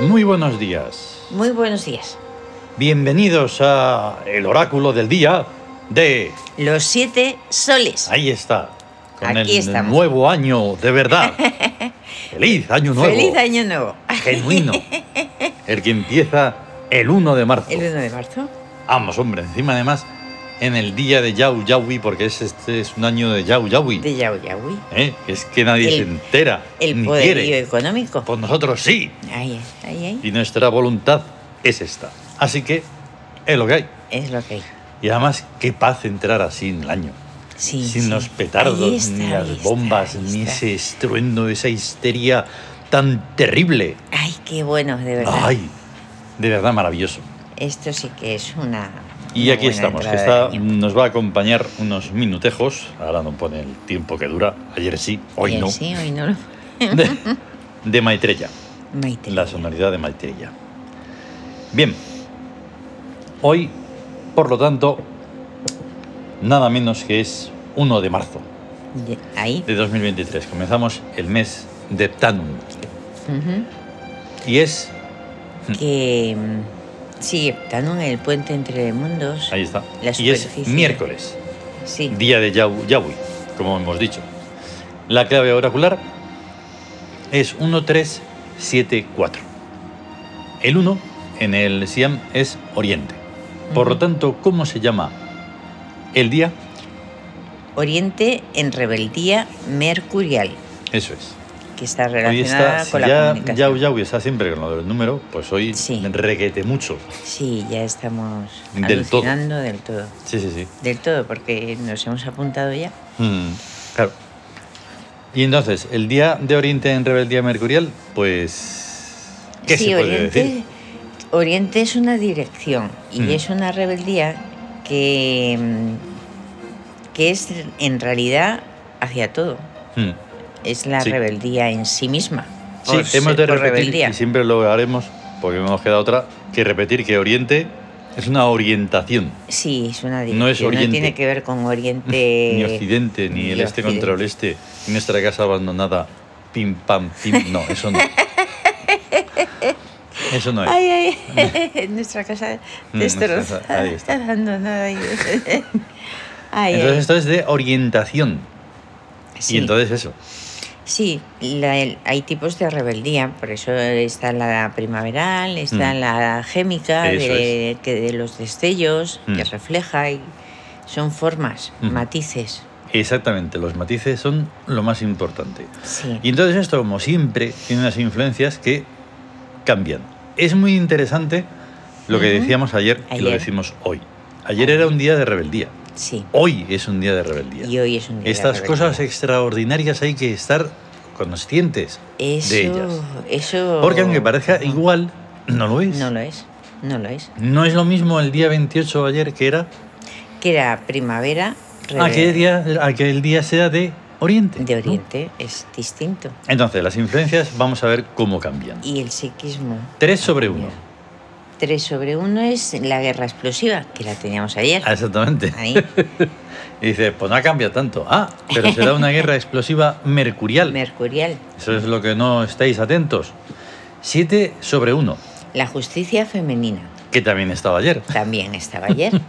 Muy buenos días. Muy buenos días. Bienvenidos a el oráculo del día de... Los siete soles. Ahí está. Con Aquí el estamos. nuevo año, de verdad. Feliz año nuevo. Feliz año nuevo. Genuino. El que empieza el 1 de marzo. El 1 de marzo. Vamos, hombre. Encima, además, en el día de Yau Yaui, porque es, este es un año de Yau Yaui. De Yau Yaui. ¿eh? Es que nadie El- se entera. El ni poderío quiere. económico. Pues nosotros sí. Ahí, es, ahí, ahí. Y nuestra voluntad es esta. Así que es lo que hay. Es lo que hay. Y además, qué paz entrar así en el año. Sí, Sin sí. los petardos, Ahí está, ni ahí las está, bombas, ahí ni está. ese estruendo, esa histeria tan terrible. Ay, qué bueno, de verdad. ¡Ay! De verdad maravilloso. Esto sí que es una. Y una aquí buena estamos, que entrada está, de año. nos va a acompañar unos minutejos. Ahora no pone el tiempo que dura. Ayer sí, hoy Bien, no. Sí, hoy no. De, de Maitrella, Maite. la sonoridad de Maitrella. Bien, hoy, por lo tanto, nada menos que es 1 de marzo. Ye- Ahí. de 2023. Comenzamos el mes de Tanum. Ujú. Y es. Que. mm, Sí, estando en el puente entre mundos. Ahí está. La y es superficie. miércoles, Sí. día de Yau- Yahweh, como hemos dicho. La clave oracular es 1374. El 1 en el Siam es Oriente. Por lo Ujú. tanto, ¿cómo se llama el día? Oriente en rebeldía mercurial, Eso es. que está Hoy relacionada está, si con la ya comunicación. Yau Yahweh está siempre con lo del número, pues hoy Sí. reguete mucho. Sí, ya estamos Del todo. alucinando del todo. Sí, sí, sí. Del todo, porque nos hemos apuntado ya. Mm, claro. Y entonces, el día de Oriente en Rebeldía Mercurial, pues. ¿Qué sí, se puede Oriente, decir? Oriente es una dirección y Mm. es una rebeldía que, mm, que es en realidad hacia todo. Mm. Es la Sí. rebeldía en Oh, sí misma. Sí, Por hemos ser- de por repetir, rebeldía. y siempre lo haremos, porque no nos queda otra, que repetir que Oriente es una orientación. Sí, es una dirección. No es Oriente. tiene que ver con ni Oriente. Occidente, ni el ni este contra el este, ni nuestra casa abandonada, pim, pam, pim. No, eso no. Eso no es. Ay, ay, en nuestra casa Mm, destrozada, nuestra casa, ahí está. abandonada. y- Ay, ay. entonces, esto es de orientación. sí, Y entonces, eso. sí, la- el- hay tipos de rebeldía, por eso está la primaveral, está Mm. la gémica, Eso de, que de los destellos, Mm. que refleja, y son formas, Mm. matices. Exactamente, los matices son lo más importante. Sí, Y entonces esto, como siempre, tiene unas influencias que cambian. Es muy interesante lo que Ujú. decíamos ayer, y lo Ayer. decimos hoy. Ayer era un día de rebeldía, sí. hoy es un día de rebeldía. Y hoy es un día de Estas rebeldía. cosas extraordinarias hay que estar conscientes eso, de ellas. Eso. Porque aunque parezca igual, no lo es. No lo es, no lo es. No es lo mismo el día 28 ayer que era Que era primavera. a Ah, que, rebel- el día, a que el día sea de Oriente. de ¿no? Oriente es distinto. Entonces, las influencias vamos a ver cómo cambian. Y el psiquismo. 3 sobre 1. 3 sobre 1 es la guerra explosiva, que la teníamos ayer. Ah, Exactamente. Ahí, Y dices, pues no ha cambiado tanto. Ah, pero será una guerra explosiva mercurial. mercurial. Eso es lo que no estáis atentos. 7 sobre 1, La justicia femenina que también estaba ayer. también estaba ayer.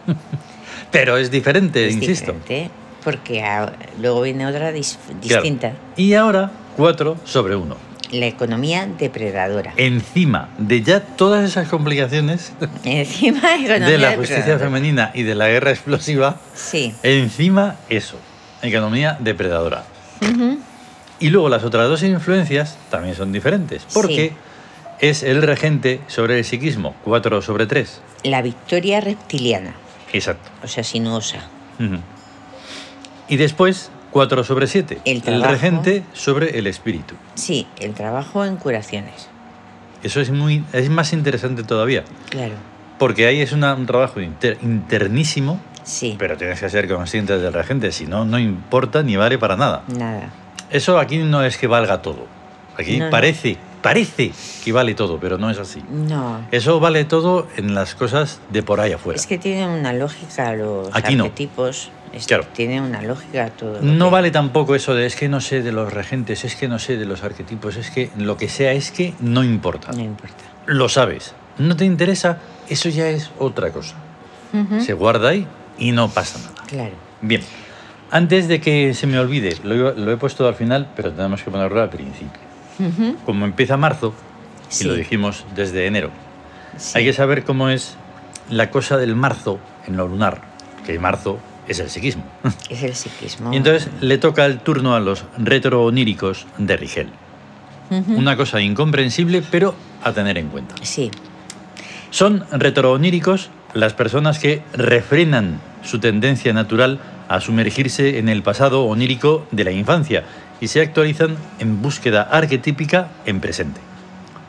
Pero es diferente, Es insisto. diferente, porque a- luego viene otra dis- Claro. distinta. Y ahora 4 sobre 1. La economía depredadora. Eh, Encima de ya todas esas complicaciones Encima, economía de la justicia depredadora. femenina y de la guerra explosiva, Sí. Encima eso, economía depredadora. Y luego las otras dos influencias también son diferentes, porque Sí. es el regente sobre el psiquismo, 4 sobre 3. La victoria reptiliana, Exacto. o sea, sinuosa. Ujú. Y después 4 sobre 7, El trabajo. regente sobre el espíritu. Sí, el trabajo en curaciones. Eso es, muy, es más interesante todavía, Claro. porque ahí es una- un trabajo inter- internísimo, Sí. pero tienes que ser consciente del regente, si no, no importa ni vale para nada. Nada. Eso aquí no es que valga todo. Aquí No, no. parece, parece que vale todo, pero no es así. No. Eso vale todo en las cosas de por ahí afuera. Es que tienen una lógica los Aquí no. arquetipos. Es- Claro. Tienen una lógica todo. lo No que- vale tampoco eso de es que no sé de los regentes, es que no sé de los arquetipos, es que lo que sea es que no importa. No importa. lo sabes. No te interesa, eso ya es otra cosa. Ujú. Se guarda ahí y no pasa nada. Claro. Bien, antes de que se me olvide, lo, iba- lo he puesto al final, pero tenemos que ponerlo al principio. Ujú. Como empieza marzo, Sí. y lo dijimos desde enero, Sí. hay que saber cómo es la cosa del marzo en lo lunar, que marzo es el psiquismo. Es el psiquismo. Y entonces le toca el turno a los retrooníricos de Rigel. Ujú. Una cosa incomprensible, pero a tener en cuenta. Sí, Son retrooníricos las personas que refrenan su tendencia natural a sumergirse en el pasado onírico de la infancia y se actualizan en búsqueda arquetípica en presente.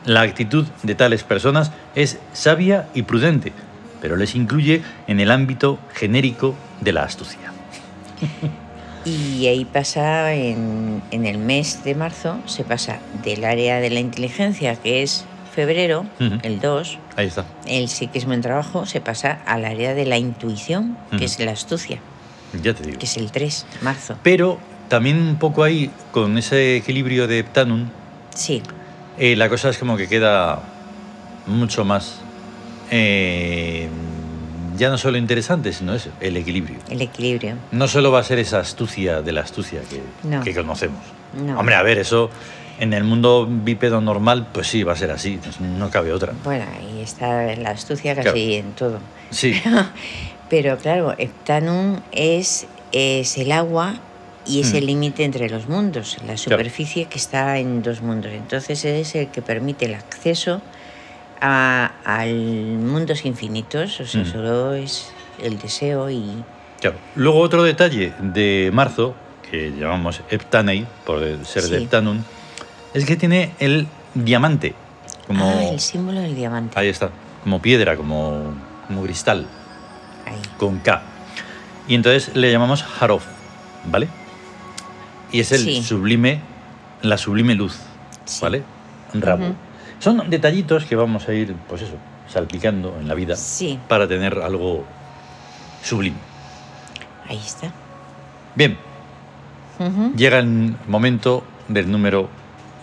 La actitud de tales personas es sabia y prudente, pero les incluye en el ámbito genérico de la astucia. Y ahí pasa, en, en el mes de marzo, se pasa del área de la inteligencia, que es febrero, Ujú. el 2, Ahí está. el psiquismo en trabajo, se pasa al área de la intuición, que Ujú. es la astucia, Ya te digo. que es el 3, marzo. Pero también un poco ahí, con ese equilibrio de Heptanum, Sí, eh, la cosa es como que queda mucho más, eh, ya no solo interesante, sino eso, el equilibrio. el equilibrio. No solo va a ser esa astucia de la astucia que, No. que conocemos. No. Hombre, a ver, eso en el mundo bípedo normal, pues sí, va a ser así, no cabe otra. Bueno, ahí está la astucia casi Claro. en todo. Sí, Pero claro, Heptanum es, es el agua y es Mm. el límite entre los mundos, la superficie que está en dos mundos. Entonces es el que permite el acceso a, al mundos infinitos, o sea, Mm. solo es el deseo y... claro. Luego otro detalle de marzo, que llamamos Heptanei, por ser de Sí. Heptanum, es que tiene el diamante. Como... Ah, el símbolo del diamante. Ahí está, como piedra, como, como cristal, Ahí. con K. Y entonces le llamamos Harof, ¿vale? Y es el Sí. sublime, la sublime luz, Sí. ¿vale? Rabo. Ujú. Son detallitos que vamos a ir, pues eso, salpicando en la vida Sí, para tener algo sublime. ahí está. Bien, Ujú. llega el momento del número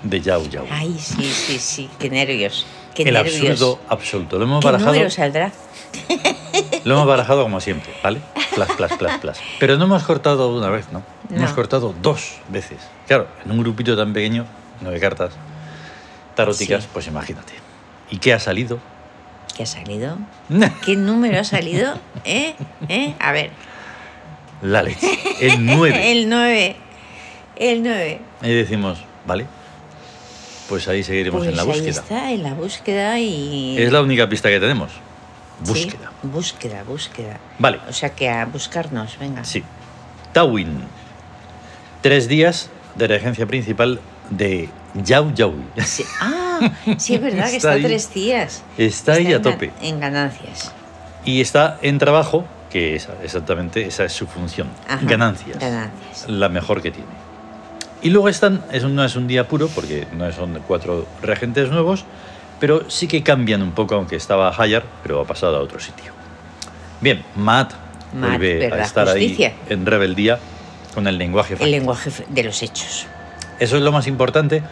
de Yao Yao. Ay, sí, sí, sí, qué nervios. Qué el nervios. absurdo absoluto. Lo hemos ¿Qué barajado. número saldrá? Lo hemos barajado como siempre, ¿vale? Plas, plas, plas, plas. Pero no hemos cortado una vez, ¿no? No. Hemos cortado dos veces. Claro, en un grupito tan pequeño, nueve cartas taróticas, Sí. pues imagínate. ¿Y qué ha salido? ¿Qué ha salido? ¿Qué número ha salido? ¿Eh? ¿Eh? A ver. La leche. El 9. El 9. El 9. Y decimos, ¿vale? Pues ahí seguiremos Pues en la ahí búsqueda. está, en la búsqueda y... Es la única pista que tenemos. Sí, Búsqueda. búsqueda, búsqueda. Vale. O sea que a buscarnos, venga. Sí. Tawin. Tres días de regencia principal de Yao Yao. Sí. Ah, sí, es verdad que Está está, ahí. tres días. Está ahí en a ga- tope. En ganancias. y está en trabajo, que es exactamente esa es su función, Ajá, ganancias, ganancias. la mejor que tiene. Y luego están, es un- no es un día puro porque no son cuatro regentes nuevos, pero sí que cambian un poco, aunque estaba Hayar, pero ha pasado a otro sitio. Bien, Matt, Matt, vuelve a ¿verdad? estar Justicia. ahí en rebeldía con el lenguaje. El fácil. lenguaje fe- de los hechos. Eso es lo más importante,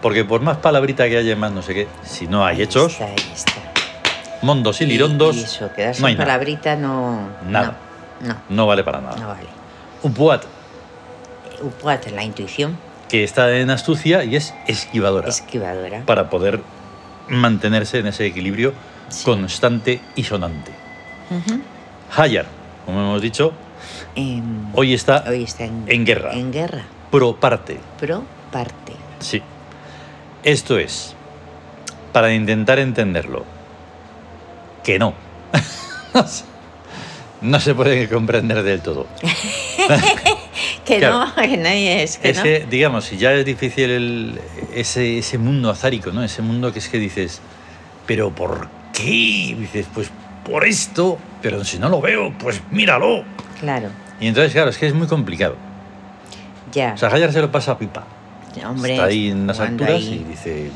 porque por más palabrita que haya, más no sé qué, si no hay Ahí hechos, Está, ahí está. mondos y lirondos, Y eso, quedarse no hay en nada. palabrita no... Nada. No, No vale para no, nada. no vale. Upuat, Upuat, la intuición que está en astucia y es esquivadora esquivadora. para poder mantenerse en ese equilibrio Sí. constante y sonante. Ujú. Hayar, como hemos dicho, Em, hoy está Hoy está en, en guerra. En guerra. pro parte. Pro parte. Sí. Esto es, para intentar entenderlo, que no. no se puede comprender del todo. Que Claro. no, que nadie es. Que Es que, digamos, si ya es difícil el- ese, ese mundo azárico, ¿no? Ese mundo que es que dices, ¿pero por qué? Y dices, pues por esto, pero si no lo veo, pues míralo. no. Claro, Y entonces, claro, es que es muy complicado. ya. O sea, Hayar se lo pasa a pipa. hombre, Está ahí en las jugando alturas y ahí, dice...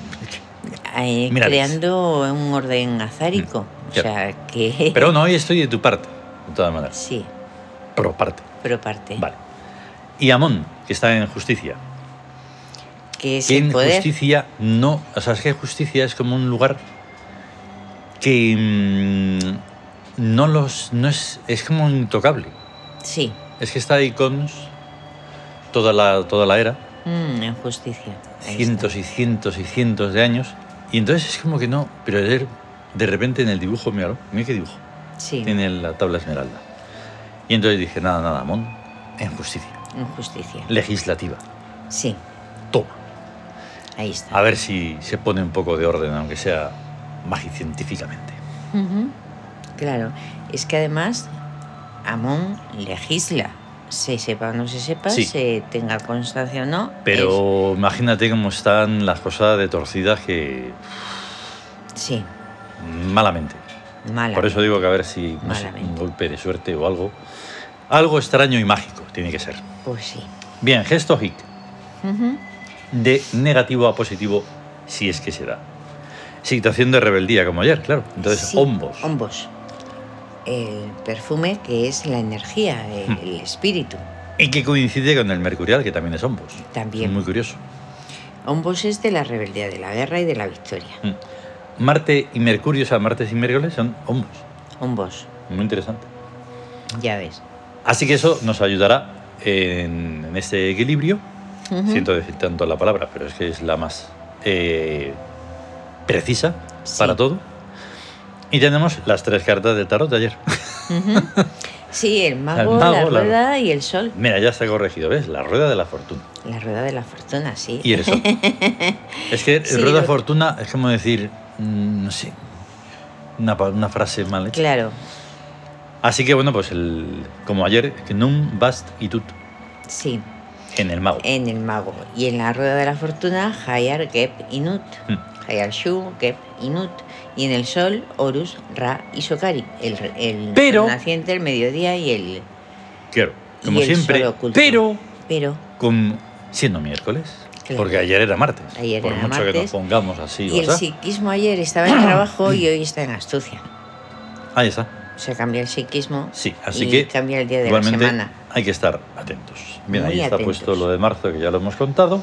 eh, Mira, creando un orden azárico. Mm, o claro. sea, que. Pero no, hoy estoy de tu parte, de todas maneras. Sí, Pro parte, pro parte. vale. Y Amón, que está en justicia. Que es Que en el poder. justicia no... O sea, es que justicia es como un lugar que mm, no los. No es, es como intocable. Sí, Es que está ahí con toda la, toda la era, Mm, en justicia. Ahí está. cientos y cientos y cientos de años. Y entonces es como que no. Pero de, de repente en el dibujo, míralo, mira qué dibujo. Sí, Tiene la tabla esmeralda. Y entonces dije, nada, nada, Mon, en justicia. en justicia. Legislativa. Sí, Toma. ahí está. A ver si se pone un poco de orden, aunque sea magicientíficamente. Ujú. Claro, es que además Amón legisla, se sepa o no se sepa, Sí. se tenga constancia o no. Pero imagínate cómo están las cosas de torcidas que es- sí, malamente. mala. Por eso digo que a ver si no sé, un Malamente. golpe de suerte o algo. Algo extraño y mágico tiene que ser. Pues sí. Bien, gesto hic. Ujú. De negativo a positivo, si es que se da. Situación de rebeldía como ayer, claro. Entonces, Sí, hombos. Hombos. El perfume que es la energía, el, Hmm. el espíritu. Y que coincide con el mercurial, que también es hombos. También. Muy curioso. Hombos es de la rebeldía, de la guerra y de la victoria. Mm. Marte y Mercurio, o sea, martes y miércoles son hombos. Hmm. Hombos, Muy interesante. ya ves. Así que eso nos ayudará en, en este equilibrio. Ujú. Siento decir tanto la palabra, pero es que es la más eh, precisa Sí. para todo. Y tenemos las tres cartas del tarot de ayer. Ujú. Sí, el mago, El la mago, la- rueda y el sol. Mira, ya está corregido, ¿ves? La rueda de la fortuna. La rueda de la fortuna, sí. Y el sol. es que Sí, rueda de lo- fortuna es como decir, mm, no sé, una, pa- una frase mal hecha. Claro, Así que bueno, pues el, como ayer, que num, bast y tut sí, en el mago. en el mago. Y en la rueda de la fortuna, Hayar, Geb y Nut. Mm. Hayar Shu, Geb y Nut. Y en el sol, Horus, Ra y Sokari. El, el Pero- naciente, el mediodía y el... Claro, y como el sol siempre. oculto. Pero Pero... con, siendo miércoles. Claro. Porque ayer era martes. Ayer por era mucho que nos martes. pongamos así. Y el ¿verdad? psiquismo ayer estaba en trabajo y hoy está en astucia. Ahí está. O sea, cambia el psiquismo Sí, así y que cambia el día de la igualmente semana. hay que estar atentos. Bien, Muy ahí está atentos. puesto lo de marzo, que ya lo hemos contado.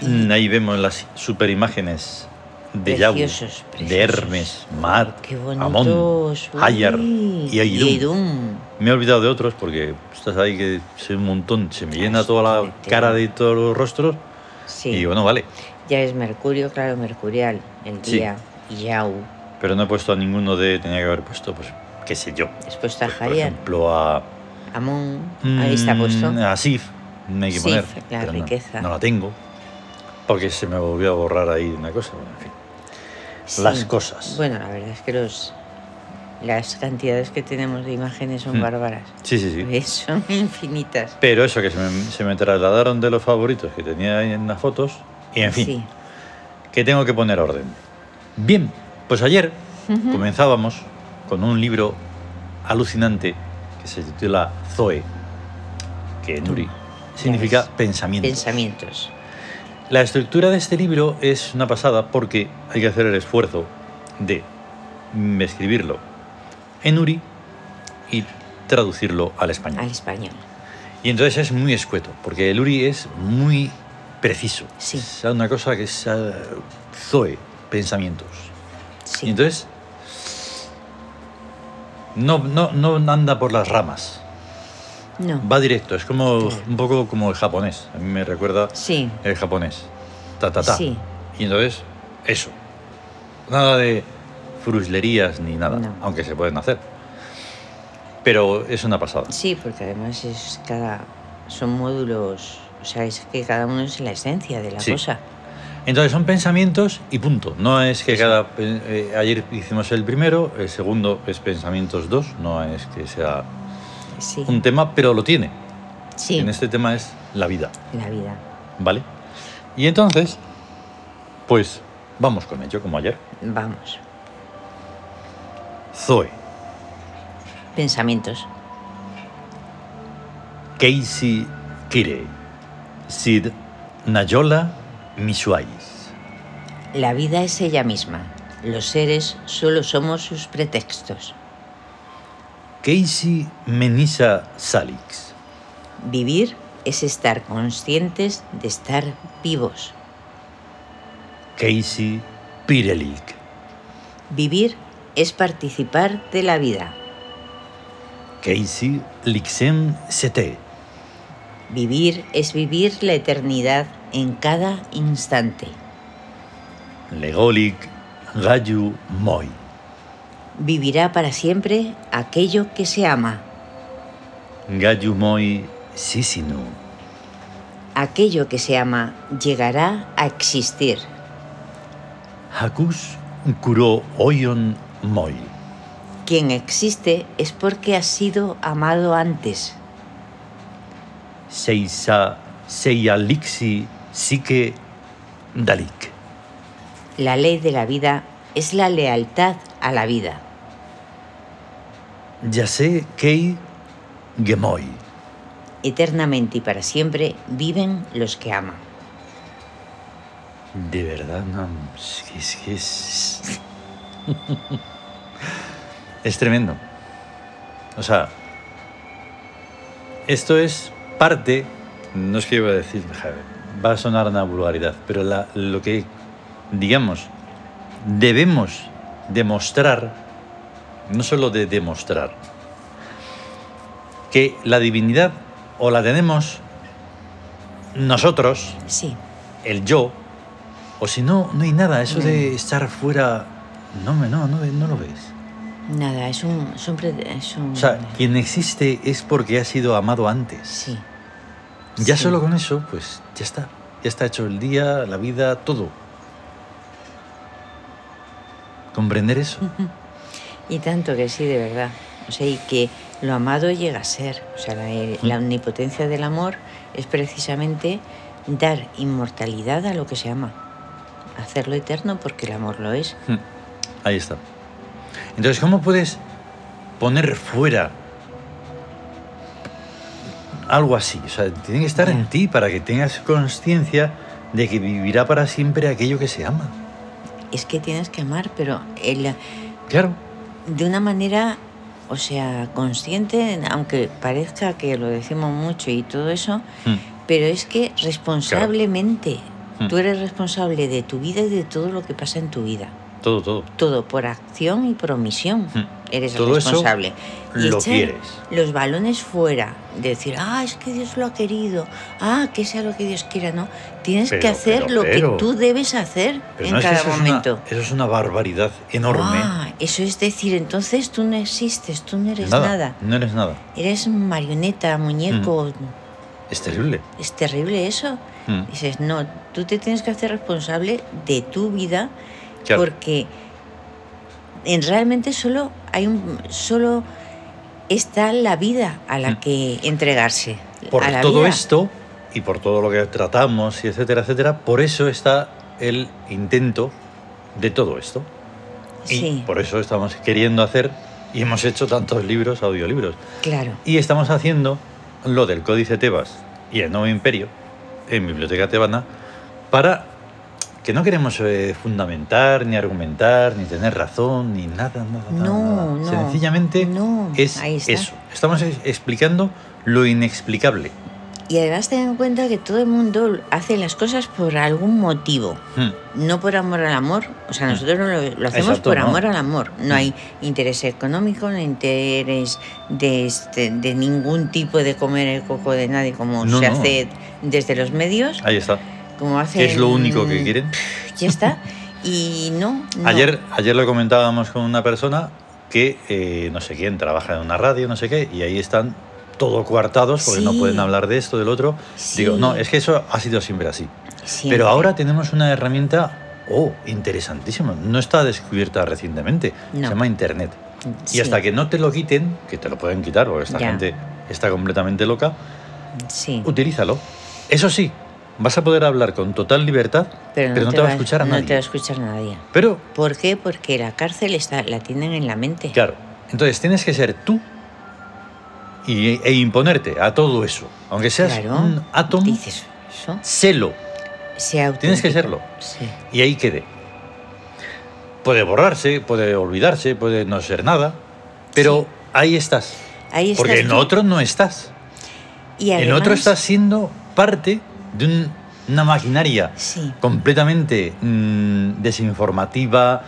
Mm, Ahí vemos las super imágenes de Yahweh, Preciosos, de preciosos. Hermes, Mar, Qué Amón, bonitos. Uy, Hayar y Aidum. Aidum. Me he olvidado de otros porque estás ahí que soy un montón, se me llena es toda un la tema. cara de todos los rostros. Sí. Y bueno, vale, Ya es Mercurio, claro, Mercurial, el Sí. día. Y Yau. pero no he puesto a ninguno de. Tenía que haber puesto, pues, qué sé yo. Después está Pues, Por Hayar, ejemplo, a. Amón. Ahí está puesto. Mm, A Sif, me hay que Sif, poner. la pero no- riqueza. No, la tengo. Porque se me volvió a borrar ahí una cosa. Bueno, en fin. Sí. las cosas. Bueno, la verdad es que los, las cantidades que tenemos de imágenes son Mm. bárbaras. Sí, sí, sí. Son infinitas. Pero eso que se me, se me trasladaron de los favoritos que tenía ahí en las fotos. Y en fin, Sí. que tengo que poner orden. Bien, pues ayer Ujú. comenzábamos con un libro alucinante que se titula Zoe, que en Nuri significa ves. pensamiento. Pensamientos. La estructura de este libro es una pasada porque hay que hacer el esfuerzo de mm, escribirlo en Uri y traducirlo al Al español. español. Y entonces es muy escueto, porque el Uri es muy preciso. Sí. Es una cosa que es eh, Zoe, pensamientos. Sí. Y entonces no, no, no anda por las ramas, no. va directo, es como Claro. un poco como el japonés. A mí me recuerda Sí. el japonés. Ta, ta, ta. Sí. Y entonces, eso. Nada de fruslerías ni nada, No. aunque se pueden hacer. Pero es una pasada. Sí, porque además es cada. Son módulos. O sea, es que cada uno es la esencia de la Sí. cosa. Entonces son pensamientos y punto. No es que cada... eh, ayer hicimos el primero, el segundo es pensamientos dos, no es que sea Sí. un tema, pero lo tiene. Sí. En este tema es la vida, La vida. ¿vale? Y entonces, pues vamos con ello, como ayer. Vamos. Zoe, Pensamientos. Casey Kire, Sid Nayola Misuais. La vida es ella misma. Los seres solo somos sus pretextos. Casey Menisa Salix, Vivir es estar conscientes de estar vivos. Casey Pirelik, Vivir es participar de la vida. Casey Lixem CT. Vivir es vivir la eternidad en cada instante. Legolik Gayu Moy. Vivirá para siempre aquello que se ama. Gayu Moy Sisinu. Aquello que se ama llegará a existir. Hakus Kuro Oyon Moy. Quien existe es porque ha sido amado antes. Seisa Seyalixi Sike Dalik. La ley de la vida es la lealtad a la vida. Yase Kei Gemoy. Eternamente y para siempre viven los que aman. De verdad, no, es que es... que es- es tremendo. O sea, esto es parte, no es que iba a decir, joder, va a sonar una vulgaridad, pero la- lo que, digamos, debemos demostrar, no solo de demostrar, que la divinidad o la tenemos nosotros, Sí, el yo, o si no, no hay nada, eso de estar fuera, no, me- no, no, no lo ves. nada, es un... Es un, pre- es un- O sea, quien existe es porque ha sido amado antes. sí, Ya Sí. solo con eso, pues ya está. Ya está hecho el día, la vida, todo. Comprender eso. y tanto que sí, de verdad. O sea, y que lo amado llega a ser. O sea, la, eh, la Mm. omnipotencia del amor es precisamente dar inmortalidad a lo que se ama. Hacerlo eterno porque el amor lo es. Hmm, Ahí está. Entonces, ¿cómo puedes poner fuera algo así? O sea, tiene que estar en Ya. ti para que tengas conciencia de que vivirá para siempre aquello que se ama. Es que tienes que amar, pero el, Claro. de una manera, o sea, consciente, aunque parezca que lo decimos mucho y todo eso, Hmm, pero es que responsablemente, Mm. tú eres responsable de tu vida y de todo lo que pasa en tu vida. Todo, todo. Todo por acción y por omisión. Mm. Eres el Todo eso responsable. y lo echar quieres. Los balones fuera. Decir, ah, es que Dios lo ha querido. Ah, que sea lo que Dios quiera, ¿no? Tienes que Pero, hacer pero, lo pero. que tú debes hacer Pero en no es que cada eso es una- momento. eso es una barbaridad enorme. Ah, eso es decir, entonces tú no existes, tú no eres nada. nada, No eres nada. Eres marioneta, muñeco. Hmm. Es terrible. Es terrible eso. Mm, Dices, no, tú te tienes que hacer responsable de tu vida claro. porque en- realmente solo hay un solo está la vida a la Mm. que entregarse. por a la todo vida. esto y por todo lo que tratamos y etcétera, etcétera, por eso está el intento de todo esto. Y Sí, por eso estamos queriendo hacer y hemos hecho tantos libros, audiolibros. claro. Y estamos haciendo lo del Códice Tebas y el Nuevo Imperio en Biblioteca Tebana para que no queremos eh, fundamentar, ni argumentar, ni tener razón, ni nada, nada, nada, No, nada. no, Sencillamente no, es ahí está. eso. Estamos es- explicando lo inexplicable. Y además ten en cuenta que todo el mundo hace las cosas por algún motivo. Hmm. no por amor al amor, o sea, Mm. nosotros lo, lo hacemos Exacto, por ¿no? amor al amor, no Mm. hay interés económico, no hay interés de, este- de ningún tipo de comer el coco de nadie, como No, se no. hace desde los medios, Ahí está. como que hace... es lo único que quieren. Ya está, y no... no. Ayer, ayer lo comentábamos con una persona que eh, no sé quién trabaja en una radio, no sé qué, y ahí están todo coartados porque no Sí. pueden hablar de esto, del otro. Digo, Sí. no, es que eso ha sido siempre así. Siempre. Pero ahora tenemos una herramienta, oh, interesantísima, no está descubierta recientemente, se No. llama Internet. Sí, Y hasta que no te lo quiten, que te lo pueden quitar porque esta Ya. gente está completamente loca, Sí, utilízalo. Eso sí, vas a poder hablar con total libertad, pero no, te, va a escuchar a no nadie. te va a escuchar nadie. Pero ¿Por qué? Porque la cárcel está, la tienen en la mente. Claro. Entonces tienes que ser tú y, e imponerte a todo eso. Aunque seas Claro. un átomo, Dices eso. sélo. Sea Tienes que auténtico. serlo. Sí. Y ahí quede. Puede borrarse, puede olvidarse, puede no ser nada. Pero ahí estás. Ahí Porque en estás tú. otro no estás. Y En otro además- estás siendo parte de un- una maquinaria Sí, completamente mm, desinformativa,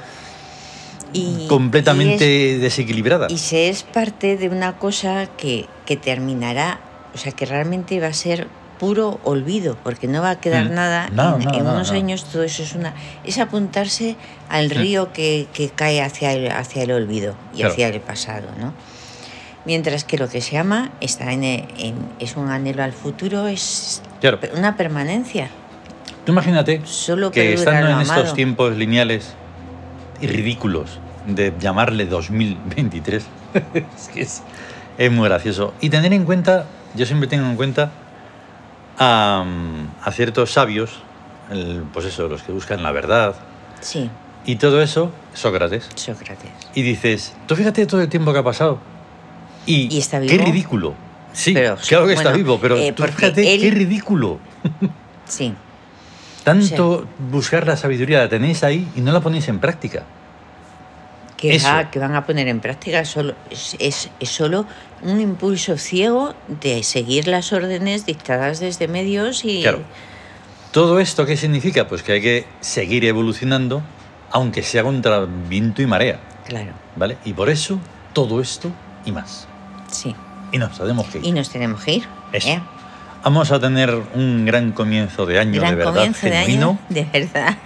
Y- completamente y es- desequilibrada. Y se es parte de una cosa que, que terminará, o sea, que realmente va a ser puro olvido, porque no va a quedar Mm. nada. No, en no, en no, unos no. años todo eso es una. Es apuntarse al río que, que cae hacia el, hacia el olvido y Claro. hacia el pasado, ¿no? Mientras que lo que se ama está en, en- es un anhelo al futuro, es Claro. una permanencia. Tú imagínate Solo que perdura estando lo en estos amado. tiempos lineales y ridículos de llamarle 2023, es que es, es muy gracioso. Y tener en cuenta, yo siempre tengo en cuenta a, a ciertos sabios, el- pues eso, los que buscan la verdad Sí, y todo eso, Sócrates. Sócrates. Y dices, tú fíjate todo el tiempo que ha pasado. Y, ¿Y está qué vivo? ridículo. Sí, Pero, claro que está bueno, vivo, pero eh, tú porque fíjate él- qué ridículo. Sí. Tanto buscar la sabiduría la tenéis ahí y no la ponéis en práctica. que, Eso. va- que van a poner en práctica solo, es, es- es solo un impulso ciego de seguir las órdenes dictadas desde medios y Claro. ¿Todo esto qué significa? Pues que hay que seguir evolucionando, aunque sea contra viento y marea, Claro, ¿vale? Y por eso, todo esto y más. sí Y nos tenemos que ir. y nos tenemos que ir Eso. ¿eh? Vamos a tener un gran comienzo de año, gran de verdad, comienzo de genuino. año de verdad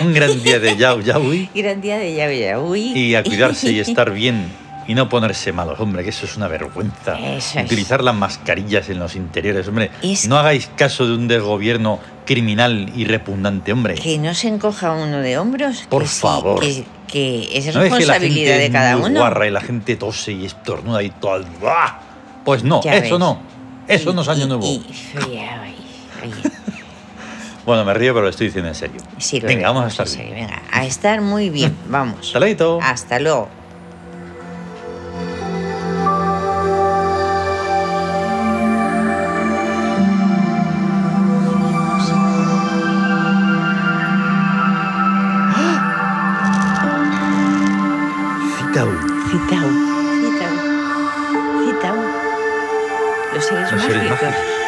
Un gran día de Yau Yaui. gran día de llave ya uy y a cuidarse y estar bien y no ponerse malos, hombre, que eso es una vergüenza. Eso es. Utilizar las mascarillas en los interiores, hombre. Es- No hagáis caso de un desgobierno criminal y repugnante, hombre. que no se encoja uno de hombros Por que sí, favor. que, que es No es que la responsabilidad gente de cada es muy uno guarra y la gente tose y estornuda y todo. ¡buah! Pues no, Ya eso ves. no. Eso Y- no es año y- nuevo. y- ya, ay, oye. Bueno, me río, pero lo estoy diciendo en serio. Sí, lo Venga, veo, vamos a sí, estar sí, bien. venga, a estar muy bien, vamos. Hasta luego. Hasta luego. Citao. Ah. Citao. Citao. Citao. Los seres Los seres mágicos. mágicos.